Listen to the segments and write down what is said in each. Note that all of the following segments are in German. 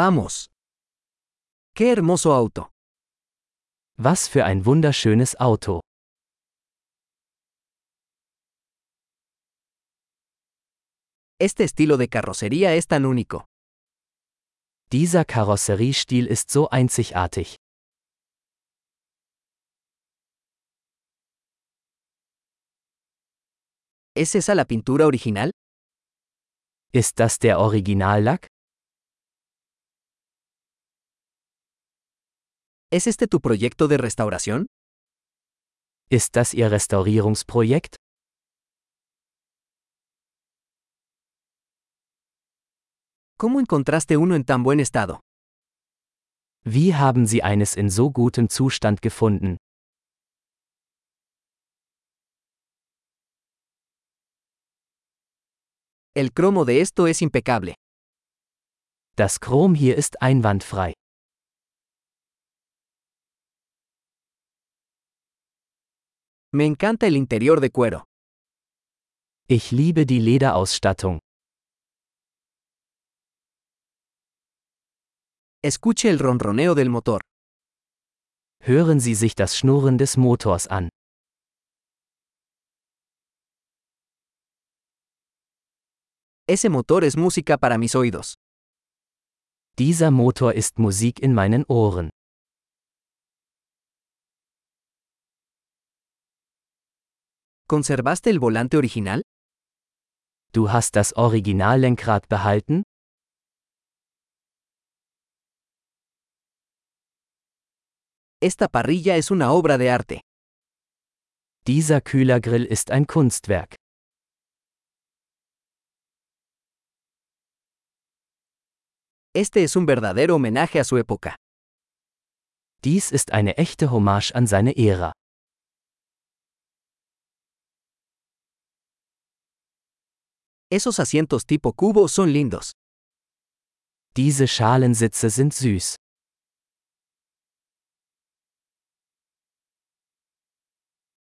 Vamos. Qué hermoso auto. Was für ein wunderschönes Auto. Este estilo de carrocería es tan único. Dieser Karosseriestil ist so einzigartig. ¿Es esa la pintura original? Ist das der Originallack? ¿Es este tu proyecto de restauración? Ist das Ihr Restaurierungsprojekt? ¿Cómo encontraste uno en tan buen estado? Wie haben Sie eines in so gutem Zustand gefunden? El cromo de esto es impecable. Das Chrom hier ist einwandfrei. Me encanta el interior de cuero. Ich liebe die Lederausstattung. Escuche el ronroneo del motor. Hören Sie sich das Schnurren des Motors an. Ese motor es música para mis oídos. Dieser Motor ist Musik in meinen Ohren. ¿Conservaste el volante original? Du hast das Originallenkrad behalten? Esta parrilla es una obra de arte. Dieser Kühlergrill ist ein Kunstwerk. Este es un verdadero homenaje a su época. Dies ist eine echte Hommage an seine Ära. Esos asientos tipo cubo son lindos. Diese Schalensitze sind süß.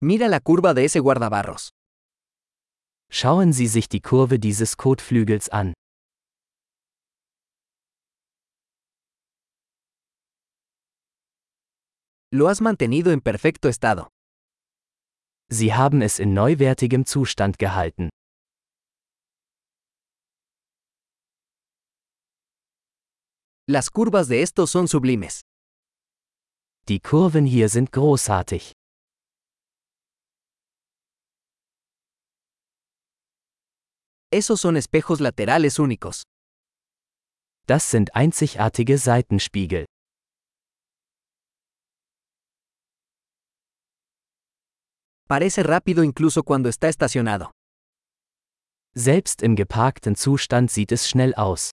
Mira la curva de ese guardabarros. Schauen Sie sich die Kurve dieses Kotflügels an. Lo has mantenido en perfecto estado. Sie haben es in neuwertigem Zustand gehalten. Las curvas de estos son sublimes. Die Kurven hier sind großartig. Esos son espejos laterales únicos. Das sind einzigartige Seitenspiegel. Parece rápido incluso cuando está estacionado. Selbst im geparkten Zustand sieht es schnell aus.